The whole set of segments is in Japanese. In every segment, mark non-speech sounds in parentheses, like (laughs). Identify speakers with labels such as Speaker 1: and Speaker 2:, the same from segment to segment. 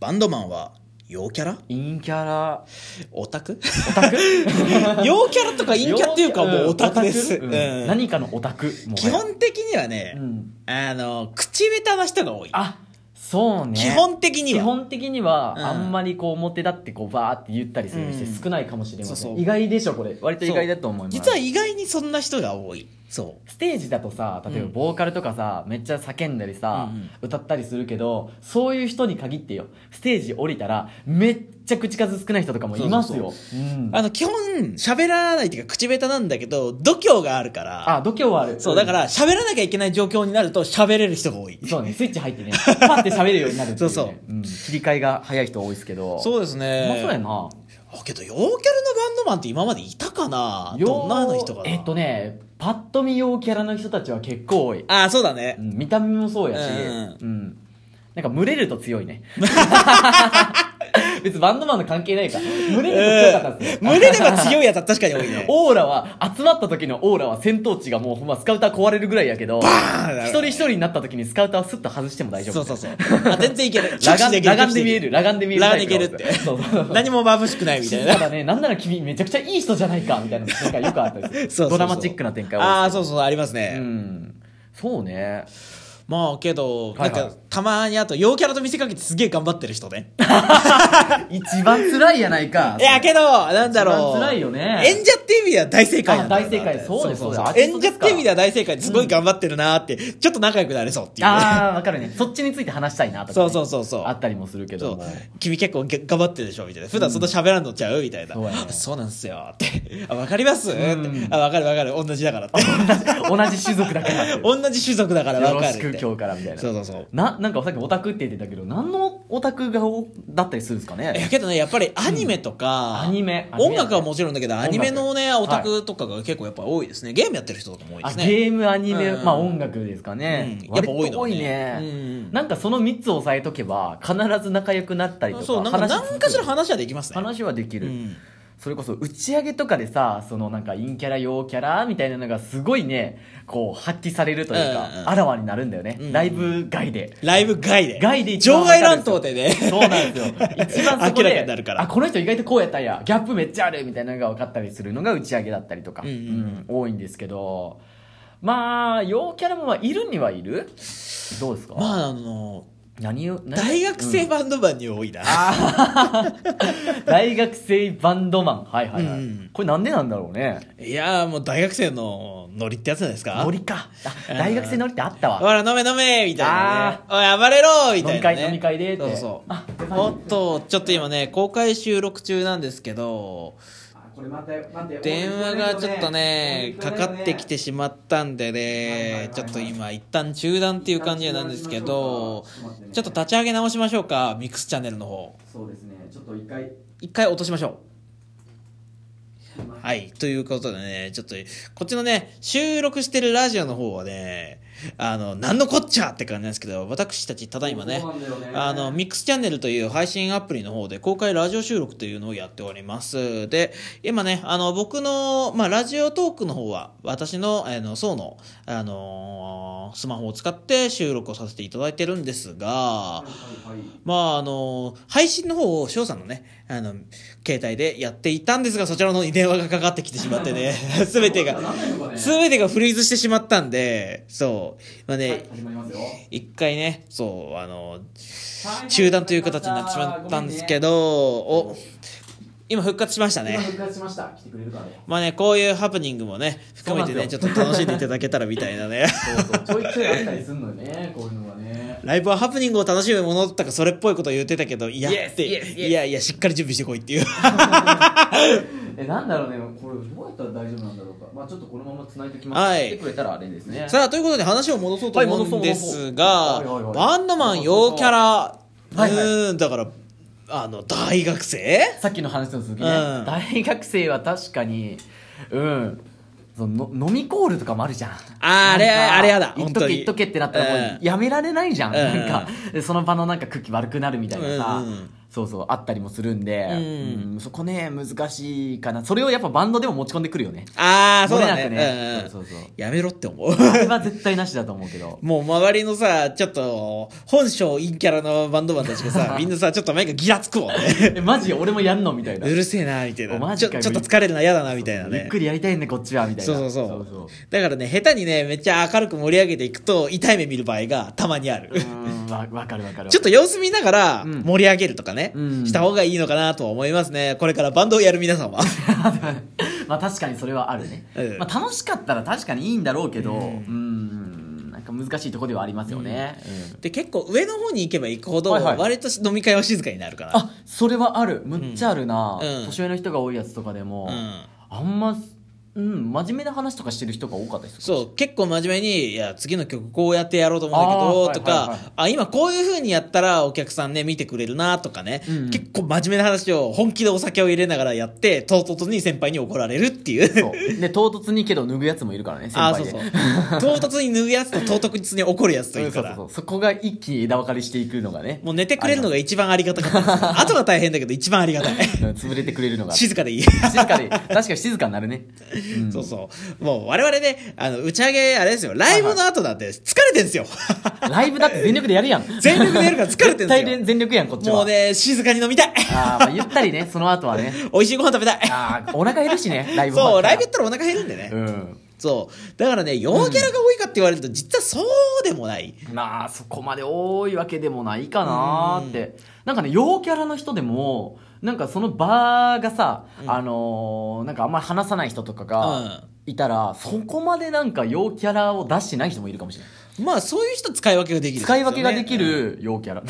Speaker 1: バンドマンは陽キャラ
Speaker 2: 陰キャラ
Speaker 1: オタク (laughs) 陽キャラとか陰キャっていうかもうオタクです、
Speaker 2: うん
Speaker 1: うん
Speaker 2: 何かのオタクもは
Speaker 1: 基
Speaker 2: や
Speaker 1: 本的にはね、
Speaker 2: うん
Speaker 1: あの口下手な人が多い、
Speaker 2: あそうね
Speaker 1: 基本的に
Speaker 2: 基
Speaker 1: は
Speaker 2: 本的には
Speaker 1: うん
Speaker 2: あんまりこう表立ってこうバーって言ったりする人少ないかもしれません、
Speaker 1: うんそうそう
Speaker 2: 意外でしょこれ割と意外だと思います
Speaker 1: 実は意外にそんな人が多いそ
Speaker 2: ステージだとさ例えば
Speaker 1: うん
Speaker 2: ボーカルとかさ、めっちゃ叫んだりさ、
Speaker 1: うんうん
Speaker 2: 歌ったりするけどそういう人に限ってよステージ降りたらめっちゃ口数少ない人とかもいますようん
Speaker 1: うあの基本喋らないっていうか口下手なんだけど度胸があるから
Speaker 2: あ度胸はある、
Speaker 1: そうだからら喋らなきゃいけない状況になると喋れる人が多い
Speaker 2: そうねスイッチ入ってねパッて喋るようになるっていね
Speaker 1: そうそうん
Speaker 2: 切り替えが早い人多いですけどう
Speaker 1: そうですね
Speaker 2: まあそうやな
Speaker 1: あけど陽キャルのバンドマンって今までいたかなどんなの人かな
Speaker 2: えっとねパッと見陽キャラの人たちは結構多い、
Speaker 1: あそうだね
Speaker 2: うん見た目もそうやし、
Speaker 1: うん
Speaker 2: うんなんか群れると強
Speaker 1: (laughs)
Speaker 2: いね別にバンドマンの関係ないから
Speaker 1: (laughs)
Speaker 2: 群れると強かったですね、
Speaker 1: 胸でが強いやつは確かに多い
Speaker 2: (laughs)
Speaker 1: ね
Speaker 2: オーラは集まった時のオーラは戦闘値がもうほんまスカウター壊れるぐらいやけど
Speaker 1: ーン
Speaker 2: 一人一人になった時にスカウターをスッと外しても大丈夫
Speaker 1: そうそうそう (laughs) あ全然いける
Speaker 2: 裸眼裸眼で見える
Speaker 1: る
Speaker 2: 裸眼で見える
Speaker 1: 裸眼でいけるって (laughs)
Speaker 2: そうそう
Speaker 1: 何も眩しくないみたい
Speaker 2: た
Speaker 1: な
Speaker 2: だねなんなら君めちゃくちゃいい人じゃないかみたいな展開よくあったりする
Speaker 1: そうそうそう
Speaker 2: ドラマチックな展開多い
Speaker 1: ああそうそうあります
Speaker 2: う
Speaker 1: ね
Speaker 2: んそうね
Speaker 1: まあけど
Speaker 2: は
Speaker 1: ないん
Speaker 2: はい
Speaker 1: かたまにあと陽キャラと見せかけてすげえ頑張ってる人ね
Speaker 2: 一番辛いやないか
Speaker 1: いやけどなんだろう
Speaker 2: 一番辛いよね
Speaker 1: 演者っていう意味では大正解なんだよな
Speaker 2: あ大正解そうですそうですアーティス
Speaker 1: 演
Speaker 2: トで
Speaker 1: 者っ
Speaker 2: すか
Speaker 1: ていう意味では大正解ですごい頑張ってるなーってちょっと仲良くなれそうっていう
Speaker 2: ああわかるねそっちについて話したいなとか、ね、
Speaker 1: そうそうそうそう
Speaker 2: あったりもするけ
Speaker 1: そ
Speaker 2: ど
Speaker 1: う
Speaker 2: も
Speaker 1: 君結構げ頑張ってるでしょみたいな普段そんな喋らんのちゃうみたいな、
Speaker 2: そうやね
Speaker 1: そうなんすよってあ分かります、
Speaker 2: ん
Speaker 1: ってあ分かる分かる同じだからって
Speaker 2: (laughs) 同じ種族だからっていう
Speaker 1: (laughs) 同じ種族だから
Speaker 2: よ
Speaker 1: 分
Speaker 2: ろ
Speaker 1: か
Speaker 2: し
Speaker 1: るっ
Speaker 2: く
Speaker 1: て
Speaker 2: 今日からみたいな
Speaker 1: そうそうそう
Speaker 2: ななんかさっきオタクって言ってたけど何のオタクがおだったりするんですか
Speaker 1: いや
Speaker 2: ね
Speaker 1: けどねやっぱりアニメとか、
Speaker 2: アニメ
Speaker 1: 音楽はもちろんだけど
Speaker 2: 音
Speaker 1: ア
Speaker 2: 楽
Speaker 1: ニメのね
Speaker 2: はい
Speaker 1: オタクとかが結構やっぱ多いですねゲームやってる人とかも多いで
Speaker 2: あ
Speaker 1: すね
Speaker 2: ゲームアニメ、
Speaker 1: うん
Speaker 2: まあ音楽ですかね、
Speaker 1: うんやっぱ多いのね
Speaker 2: 割と多いね、
Speaker 1: うん
Speaker 2: なんかその3つ押さえとけば必ず仲良くなったりとか
Speaker 1: そうなんか
Speaker 2: 話続く
Speaker 1: 何かしら話はできますね
Speaker 2: 話はでき
Speaker 1: う
Speaker 2: る、
Speaker 1: ん
Speaker 2: それこそ打ち上げとかでさそのなんか陰キャラ陽キャラみたいなのがすごいねこう発揮されるというか、
Speaker 1: うんうん
Speaker 2: あらわになるんだよね、
Speaker 1: うん
Speaker 2: ライブ外で。
Speaker 1: ライブ外で
Speaker 2: 外で一番
Speaker 1: 場外乱闘でね
Speaker 2: そうなんですよ。一番そこ
Speaker 1: 明
Speaker 2: で
Speaker 1: らかになるから
Speaker 2: あ、この人意外とこうやったんや。ギャップめっちゃあるみたいなのが分かったりするのが打ち上げだったりとか、
Speaker 1: うんうん
Speaker 2: うん多いんですけど、まあ、陽キャラもまあいるにはいるどうですか、
Speaker 1: (laughs) まああの
Speaker 2: 何を、何
Speaker 1: 大学生
Speaker 2: うん
Speaker 1: バンドマンに多いな、
Speaker 2: (laughs) 大学生バンドマン。はいはいはい。
Speaker 1: うん
Speaker 2: これなんでなんだろうね。
Speaker 1: いやーもう大学生のノリってやつじゃないですか
Speaker 2: ノリか。あ、大学生ノリってあったわ
Speaker 1: ほ。ら飲め飲めみたいなねおい暴れろみ
Speaker 2: 飲
Speaker 1: た
Speaker 2: み
Speaker 1: いな、
Speaker 2: 会、
Speaker 1: ね、
Speaker 2: 飲み会でって。
Speaker 1: そうそう
Speaker 2: あ、
Speaker 1: おっとちょっと今ね公開収録中なんですけど
Speaker 2: これ待て、待て
Speaker 1: 電話がちょっとねかかってきてしまったんでねちょっと今一旦中断っていう感じなんですけどちょっと立ち上げ直しましょうかミックスチャンネルの方
Speaker 2: そうですね。ちょっと一回。
Speaker 1: 一回落としましょう。はい。ということでね、ちょっと、こっちのね、収録してるラジオの方はね、あの、なんのこっちゃって感じなんですけど、私たちただ今ね
Speaker 2: そうなんだよね、
Speaker 1: あの、ミックスチャンネルという配信アプリの方で公開ラジオ収録というのをやっております。で、今ね、あの、僕の、まあ、ラジオトークの方は、私の、あの、層の、あのスマホを使って収録をさせていただいてるんですが、まああの配信の方を翔さんのねあの携帯でやっていたんですがそちらの方に電話がかかってきてしまってね (laughs) 全てが全てがフリーズしてしまったんでそうまあね
Speaker 2: 始まりますよ。
Speaker 1: 一回ねそうあの中断という形になってしまったんですけど、お今復活しました
Speaker 2: 今
Speaker 1: ね
Speaker 2: 復活しました。来てくれるからね。
Speaker 1: まあねこういうハプニングもね含めてねち
Speaker 2: そ
Speaker 1: ょ
Speaker 2: う
Speaker 1: っ
Speaker 2: な
Speaker 1: と
Speaker 2: んで
Speaker 1: 楽
Speaker 2: すよ
Speaker 1: しんでいただけたらみたいなね
Speaker 2: そうそう。ちょいちょいあったりするのよね。こういうのはね。
Speaker 1: ライブはハプニングを楽しむものとかそれっぽいこと言ってたけどいや
Speaker 2: Yes,
Speaker 1: って
Speaker 2: yes, yes.
Speaker 1: いやいやしっかり準備してこいっていう
Speaker 2: え、なんだろうね。これどうやったら大丈夫なんだろうか。まあちょっとこのまま繋いでおきます。
Speaker 1: はい
Speaker 2: 来てくれたらあれですね。
Speaker 1: さあということで話を戻そうと思うんですが、
Speaker 2: はい戻そう戻そう
Speaker 1: バンドマン陽キャラ、
Speaker 2: そうそう
Speaker 1: うーんだからあの大学生
Speaker 2: さっきの話の続きね、
Speaker 1: うん
Speaker 2: 大学生は確かにうんそのの飲みコールとかもあるじゃん
Speaker 1: あーあれ
Speaker 2: なんか
Speaker 1: あれやだ
Speaker 2: 言っ
Speaker 1: 本
Speaker 2: と
Speaker 1: 当
Speaker 2: け
Speaker 1: に
Speaker 2: 言っとけってなったらもう
Speaker 1: うん
Speaker 2: やめられないじゃん、
Speaker 1: うん
Speaker 2: なんかその場のなんか空気悪くなるみたいなさ、
Speaker 1: うんうん
Speaker 2: そうそうあったりもするんで、
Speaker 1: うん
Speaker 2: うんそこね難しいかなそれをやっぱバンドでも持ち込んでくるよね
Speaker 1: ああ、そうだね
Speaker 2: 漏れなくね
Speaker 1: うんうん
Speaker 2: そうそうそう
Speaker 1: やめろって思う。 (laughs)
Speaker 2: あれは絶対なしだと思うけど
Speaker 1: もう周りのさ、ちょっと、本性陰キャラのバンドマンたちが
Speaker 2: (laughs)
Speaker 1: さ、みんなさ、ちょっと毎回ギラつくもんね。
Speaker 2: えマジ俺もやんのみたいうな
Speaker 1: るせえな、みたい
Speaker 2: お
Speaker 1: な。
Speaker 2: マ
Speaker 1: ち
Speaker 2: ジ
Speaker 1: ょ
Speaker 2: か
Speaker 1: ちょっと疲れるな、嫌だな、みたいな
Speaker 2: ゆっ
Speaker 1: ね。
Speaker 2: くりやりたいねこっちはみたいな
Speaker 1: そうそうそう
Speaker 2: そう
Speaker 1: だからね、下手にね、めっちゃ明るく盛り上げていくと、痛い目見る場合がたまにある。
Speaker 2: ううんわわかるわかる
Speaker 1: ちょっと様子見ながら
Speaker 2: うん
Speaker 1: 盛り上げるとかね、
Speaker 2: うん
Speaker 1: した方がいいのかなとは思いますね。これからバンドをやる皆さんは。
Speaker 2: (laughs) まあ確かにそれはあるね、
Speaker 1: うん
Speaker 2: まあ、楽しかったら確かにいいんだろうけどうんなんか難しいとこではありますよね、うん
Speaker 1: で、結構上の方に行けば行くほど、
Speaker 2: はいはい
Speaker 1: 割と飲み会は静かになるから。
Speaker 2: あそれはあるむっちゃあるな、
Speaker 1: うんうん
Speaker 2: 年上の人が多いやつとかでも、
Speaker 1: うん
Speaker 2: あんまうん真面目な話とかしてる人が多かったです
Speaker 1: そう結構真面目に「いや次の曲こうやってやろうと思うんだけど」
Speaker 2: あー
Speaker 1: と
Speaker 2: はいはい
Speaker 1: か
Speaker 2: はい
Speaker 1: 「あ今こういう風にやったらお客さんね見てくれるな」とかね、
Speaker 2: うんうん
Speaker 1: 結構真面目な話を本気でお酒を入れながらやって唐突に先輩に怒られるっていう
Speaker 2: そうで唐突にけど脱ぐやつもいるからね先
Speaker 1: ああ
Speaker 2: 輩
Speaker 1: そう
Speaker 2: で
Speaker 1: そう唐突に脱ぐやつと唐突に怒るやつとい
Speaker 2: うん
Speaker 1: る
Speaker 2: そ
Speaker 1: か
Speaker 2: うそ
Speaker 1: ら
Speaker 2: うそうそこが一気に枝分かれしていくのがね
Speaker 1: もう寝てくれるのが一番ありがたかったですね後が大変だけど一番ありが
Speaker 2: (laughs)
Speaker 1: たい
Speaker 2: うん潰れてくれるのが静
Speaker 1: (laughs) 静かでいい
Speaker 2: かで確かに静かになるね、うん
Speaker 1: そうそう。もう我々ね、あの、打ち上げ、あれですよ、ライブの後だって疲れてんすよ。 (laughs)
Speaker 2: ライブだって全力でやるやん
Speaker 1: 全力でやるから疲れてんすよ
Speaker 2: 絶対全力やんこっちは
Speaker 1: もうね、静かに飲みたい。
Speaker 2: あーまあゆった
Speaker 1: (laughs)
Speaker 2: りねその後はね
Speaker 1: 美味しいご飯食べたい。
Speaker 2: あーお腹減るしねライブ
Speaker 1: そう、ライブ
Speaker 2: 終
Speaker 1: やったらお腹減るんでね。
Speaker 2: わったらうん
Speaker 1: そう。だからね、陽キャラが多いかって言われると、実はそうでもない。
Speaker 2: まあそこまで多いわけでもないかなーってなんかね陽キャラの人でもなんかその場がさ、あのーなんかあんまり話さない人とかがいたら、そこまでなんか陽キャラを出してない人もいるかもしれない
Speaker 1: まあ、そういう人使い分けができる、
Speaker 2: 使い分けができ。る陽キャラ、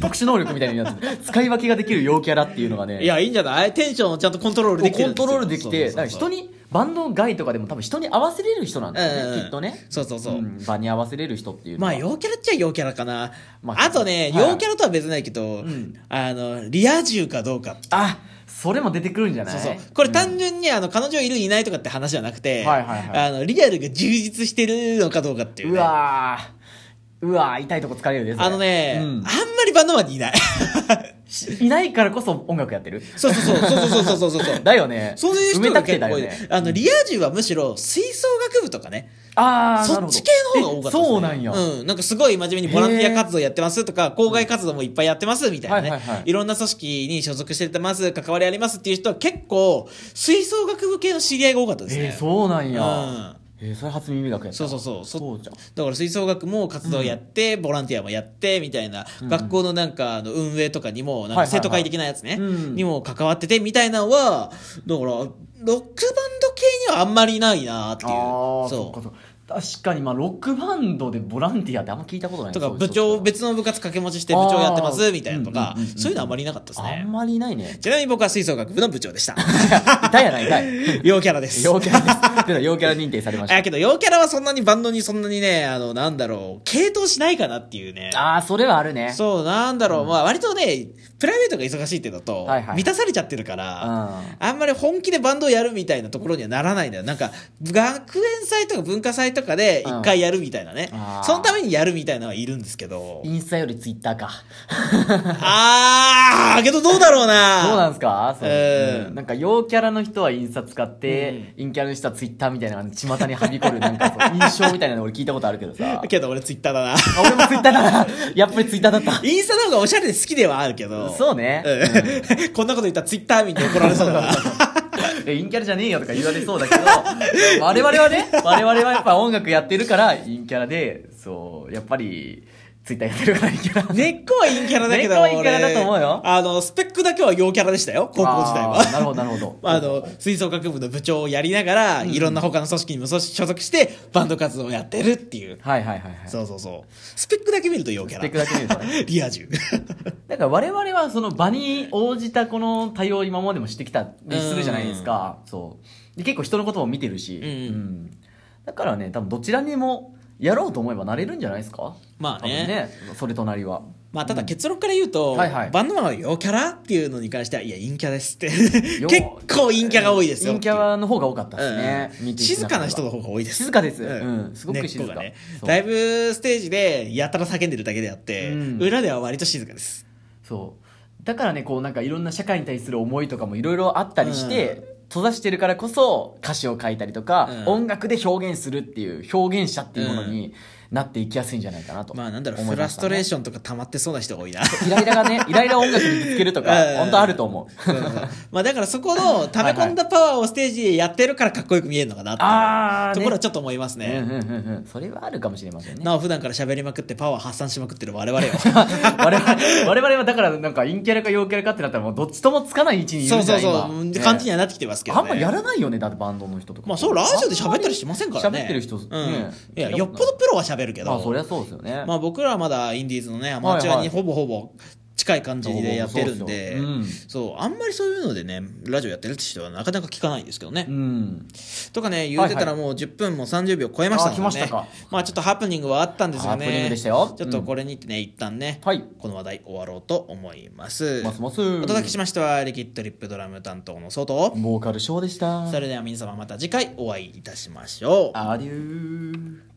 Speaker 2: 特殊能力みたいなやつ使い分けができる陽キャラっていうのがね
Speaker 1: いや、いいんじゃないテンションをちゃんとコントロールできる
Speaker 2: コントロールできて
Speaker 1: そうそうそう
Speaker 2: なんか人にバンド外とかでも多分人に合わせれる人なんだよね、
Speaker 1: うんうん
Speaker 2: きっとね
Speaker 1: そうそうそう
Speaker 2: うん場に合わせれる人っていうの
Speaker 1: ま
Speaker 2: は
Speaker 1: あ、陽キャラっちゃ陽キャラかな。
Speaker 2: まあ
Speaker 1: あとね、
Speaker 2: はい
Speaker 1: 陽キャラとは別ないけど、
Speaker 2: ん
Speaker 1: あの、リア充かどうか。
Speaker 2: あそれも出てくるんじゃない
Speaker 1: そうそう。これ単純に、あの、彼女いるいないとかって話じゃなくて、
Speaker 2: はいはいはい
Speaker 1: あの、リアルが充実してるのかどうかっていう、
Speaker 2: う
Speaker 1: ね。
Speaker 2: わーうわー痛いとこ疲れるねそれ
Speaker 1: あのね、
Speaker 2: うん
Speaker 1: あんまりバンドマンにいない。
Speaker 2: しいないからこ (laughs) そ音楽やってる
Speaker 1: そうそうそうそうそうそうそうそう。
Speaker 2: だよね
Speaker 1: (laughs) そういう人
Speaker 2: 埋めた
Speaker 1: が
Speaker 2: くて
Speaker 1: 結
Speaker 2: だ
Speaker 1: 構
Speaker 2: よ
Speaker 1: 多い、
Speaker 2: ね
Speaker 1: あの、リア充はむしろ吹奏楽部とかね、
Speaker 2: ああ
Speaker 1: そっち系の方が多かったですね、
Speaker 2: そうなんや、
Speaker 1: うん。なんかすごい真面目にボランティア活動やってますとか、校外活動もいっぱいやってますみたいなね、
Speaker 2: はいはいはい
Speaker 1: ろんな組織に所属してます、関わりありますっていう人は結構、吹奏楽部系の知り合いが多かったですね。
Speaker 2: えー、そうなんや、
Speaker 1: うん
Speaker 2: えー、それ初耳学やった
Speaker 1: そうそうそうそ
Speaker 2: そうじゃん
Speaker 1: だから吹奏楽も活動やって、ボランティアもやってみたいな、学校のなんかあの運営とかにもなんか
Speaker 2: はいはいはい
Speaker 1: 生徒会的なやつね、
Speaker 2: うん
Speaker 1: にも関わっててみたいなのはだからロックバンド系にはあんまりないなっていう
Speaker 2: ああそっ
Speaker 1: そ
Speaker 2: かそっか確かにまあロックバンドでボランティアってあんま聞いたことな
Speaker 1: う
Speaker 2: い
Speaker 1: とか
Speaker 2: そう
Speaker 1: 部長
Speaker 2: そうそう
Speaker 1: 別の部活掛け持ちして部長やってます
Speaker 2: あー
Speaker 1: みたいなとか、
Speaker 2: うんうんうんうん
Speaker 1: そういうのはあまりなかったです
Speaker 2: あ
Speaker 1: ね
Speaker 2: んまりないね
Speaker 1: ちなみに僕は吹奏楽部の部長でした
Speaker 2: 痛いやないか
Speaker 1: (laughs)
Speaker 2: い
Speaker 1: 陽キャラです
Speaker 2: 陽キャラですでは陽キャラ認定さ
Speaker 1: (laughs)
Speaker 2: れました
Speaker 1: あけど陽キャラはそんなにバンドにそんなにねあのなんだろう系統しないかなっていうね
Speaker 2: ああそれはあるね
Speaker 1: そう、なんだろう、まあ割とね、プライベートが忙しいっていうのと、
Speaker 2: はいはい
Speaker 1: 満たされちゃってるから、
Speaker 2: うん
Speaker 1: あんまり本気でバンドをやるみたいなところにはならないんだよ。なんか、学園祭とか文化祭とかで
Speaker 2: うん
Speaker 1: 一回やるみたいなね、
Speaker 2: あー
Speaker 1: そのためにやるみたいなのはいるんですけど、
Speaker 2: インスタよりツイッターか
Speaker 1: あー、けどどうだろうな
Speaker 2: そうなんすかそう
Speaker 1: えー
Speaker 2: うんなんか陽キャラの人はインスタ使って、陰キャラの人はツイッターみたいなのが巷にはび
Speaker 1: (laughs)
Speaker 2: こるなんかそう印象みたいなの俺聞いたことあるけどさ
Speaker 1: けど俺ツイッターだな。
Speaker 2: あ俺もツイッターだなやっぱりツイッターだった
Speaker 1: インスタの方がおしゃれで好きではあるけど。
Speaker 2: そうね、
Speaker 1: うんこんな (laughs) こと言ったらツイッター見て怒られそうだな。
Speaker 2: (laughs) え陰キャラじゃねえよとか言われそうだけ
Speaker 1: (laughs)
Speaker 2: ど我々はね我々はやっぱ音楽やってるから陰キャラでそうやっぱりツイッターやってるから陰キャラ
Speaker 1: 根っこは陰キャラだけど、
Speaker 2: 根っこは陰キャラだと思うよ
Speaker 1: 俺あの、スペックだけは陽キャラでしたよ、 (laughs) 高校時代
Speaker 2: あーなる
Speaker 1: は。
Speaker 2: ほどなるほど
Speaker 1: (laughs) あの、吹奏楽部の部長をやりながら、いろんな他の組織にも所属して、バンド活動をやってるっていう。
Speaker 2: はいはいはいはい
Speaker 1: そうそうそう。スペックだけ見ると陽キャ
Speaker 2: ス
Speaker 1: ラ。
Speaker 2: ペックだけ見る
Speaker 1: (laughs)
Speaker 2: とね
Speaker 1: リア充。
Speaker 2: だから我々はその場に応じたこの対応を今までもしてきたりするじゃないですか、そうで結構人のことも見てるし、
Speaker 1: んうん
Speaker 2: んだからね多分どちらにもやろうと思えばなれるんじゃないですか
Speaker 1: まあね
Speaker 2: 多分ねそれとなりは
Speaker 1: まあ、ただ結論から言うと、
Speaker 2: うんはいはい
Speaker 1: バンドマンは陽キャラっていうのに関しては、いや、陰キャですって。結構陰キャが多いですよ。
Speaker 2: 陰キャの方が多かったですね、
Speaker 1: うん
Speaker 2: 見ていた
Speaker 1: 静
Speaker 2: だ
Speaker 1: か
Speaker 2: ければ
Speaker 1: な人の方が多いです
Speaker 2: 静かですうんすごく
Speaker 1: 根っこ
Speaker 2: 静か
Speaker 1: がね
Speaker 2: そう
Speaker 1: ライブステージでやたら叫んでるだけであって、
Speaker 2: うん
Speaker 1: 裏では割と静かです
Speaker 2: そうだからねこうなんかいろんな社会に対する思いとかもいろいろあったりして、閉ざしてるからこそ歌詞を書いたりとか、
Speaker 1: うん
Speaker 2: 音楽で表現するっていう表現者っていうものになっていきやすいんじゃないかなと
Speaker 1: まあなんだろう、
Speaker 2: 思
Speaker 1: フ
Speaker 2: いま
Speaker 1: ラ
Speaker 2: し
Speaker 1: ス
Speaker 2: たね
Speaker 1: トレーションとか溜まってそうな人が多いな。
Speaker 2: イライラが
Speaker 1: (laughs)
Speaker 2: ねイライラを音楽にぶつけるとか
Speaker 1: うん
Speaker 2: 本当あると思う
Speaker 1: そうそうまあだからそこの溜め込んだパワーをステージでやってるからかっこよく見えるのかなっていう
Speaker 2: あー
Speaker 1: ところはちょっと思います
Speaker 2: うん
Speaker 1: ね。
Speaker 2: うんうんうんそれはあるかもしれませんね
Speaker 1: なお普段から喋りまくってパワー発散しまくってる我々よ。
Speaker 2: 我々我々はだからなんか陰キャラか陽キャラかってなったらもうどっちともつかない位置にいる
Speaker 1: そうん
Speaker 2: じゃ
Speaker 1: そう
Speaker 2: ない
Speaker 1: そう、
Speaker 2: 今
Speaker 1: 感じに
Speaker 2: ね
Speaker 1: はなってきてますけど、ね。
Speaker 2: あんまやらないよねだってバンドの人とか
Speaker 1: まあそう、ラジオで喋ったりしてませんからね。
Speaker 2: 喋ってる人ね
Speaker 1: うん。いや、よっぽどプロは喋るけど。
Speaker 2: まあそりゃそうですよね
Speaker 1: まあ僕らはまだインディーズのね、アマチュアにほぼほぼ近い感じでやってるんで、
Speaker 2: そうそうそううん
Speaker 1: そう、あんまりそういうのでね、ラジオやってるって人はなかなか聞かないんですけどね。
Speaker 2: うん
Speaker 1: とかね、言うてたらもう10分も30秒超えましたもんね。
Speaker 2: あ来ましたか
Speaker 1: まあちょっとハプニングはあったんですがね。
Speaker 2: ハプニングでしたよ
Speaker 1: ちょっとこれにてね、一旦ね、
Speaker 2: はい
Speaker 1: この話題終わろうと思います。
Speaker 2: ますます
Speaker 1: お届けしましたは、リキッドリップドラム担当のソト
Speaker 2: ボーカルショーでした
Speaker 1: それでは皆様また次回お会いいたしましょう。
Speaker 2: アデュー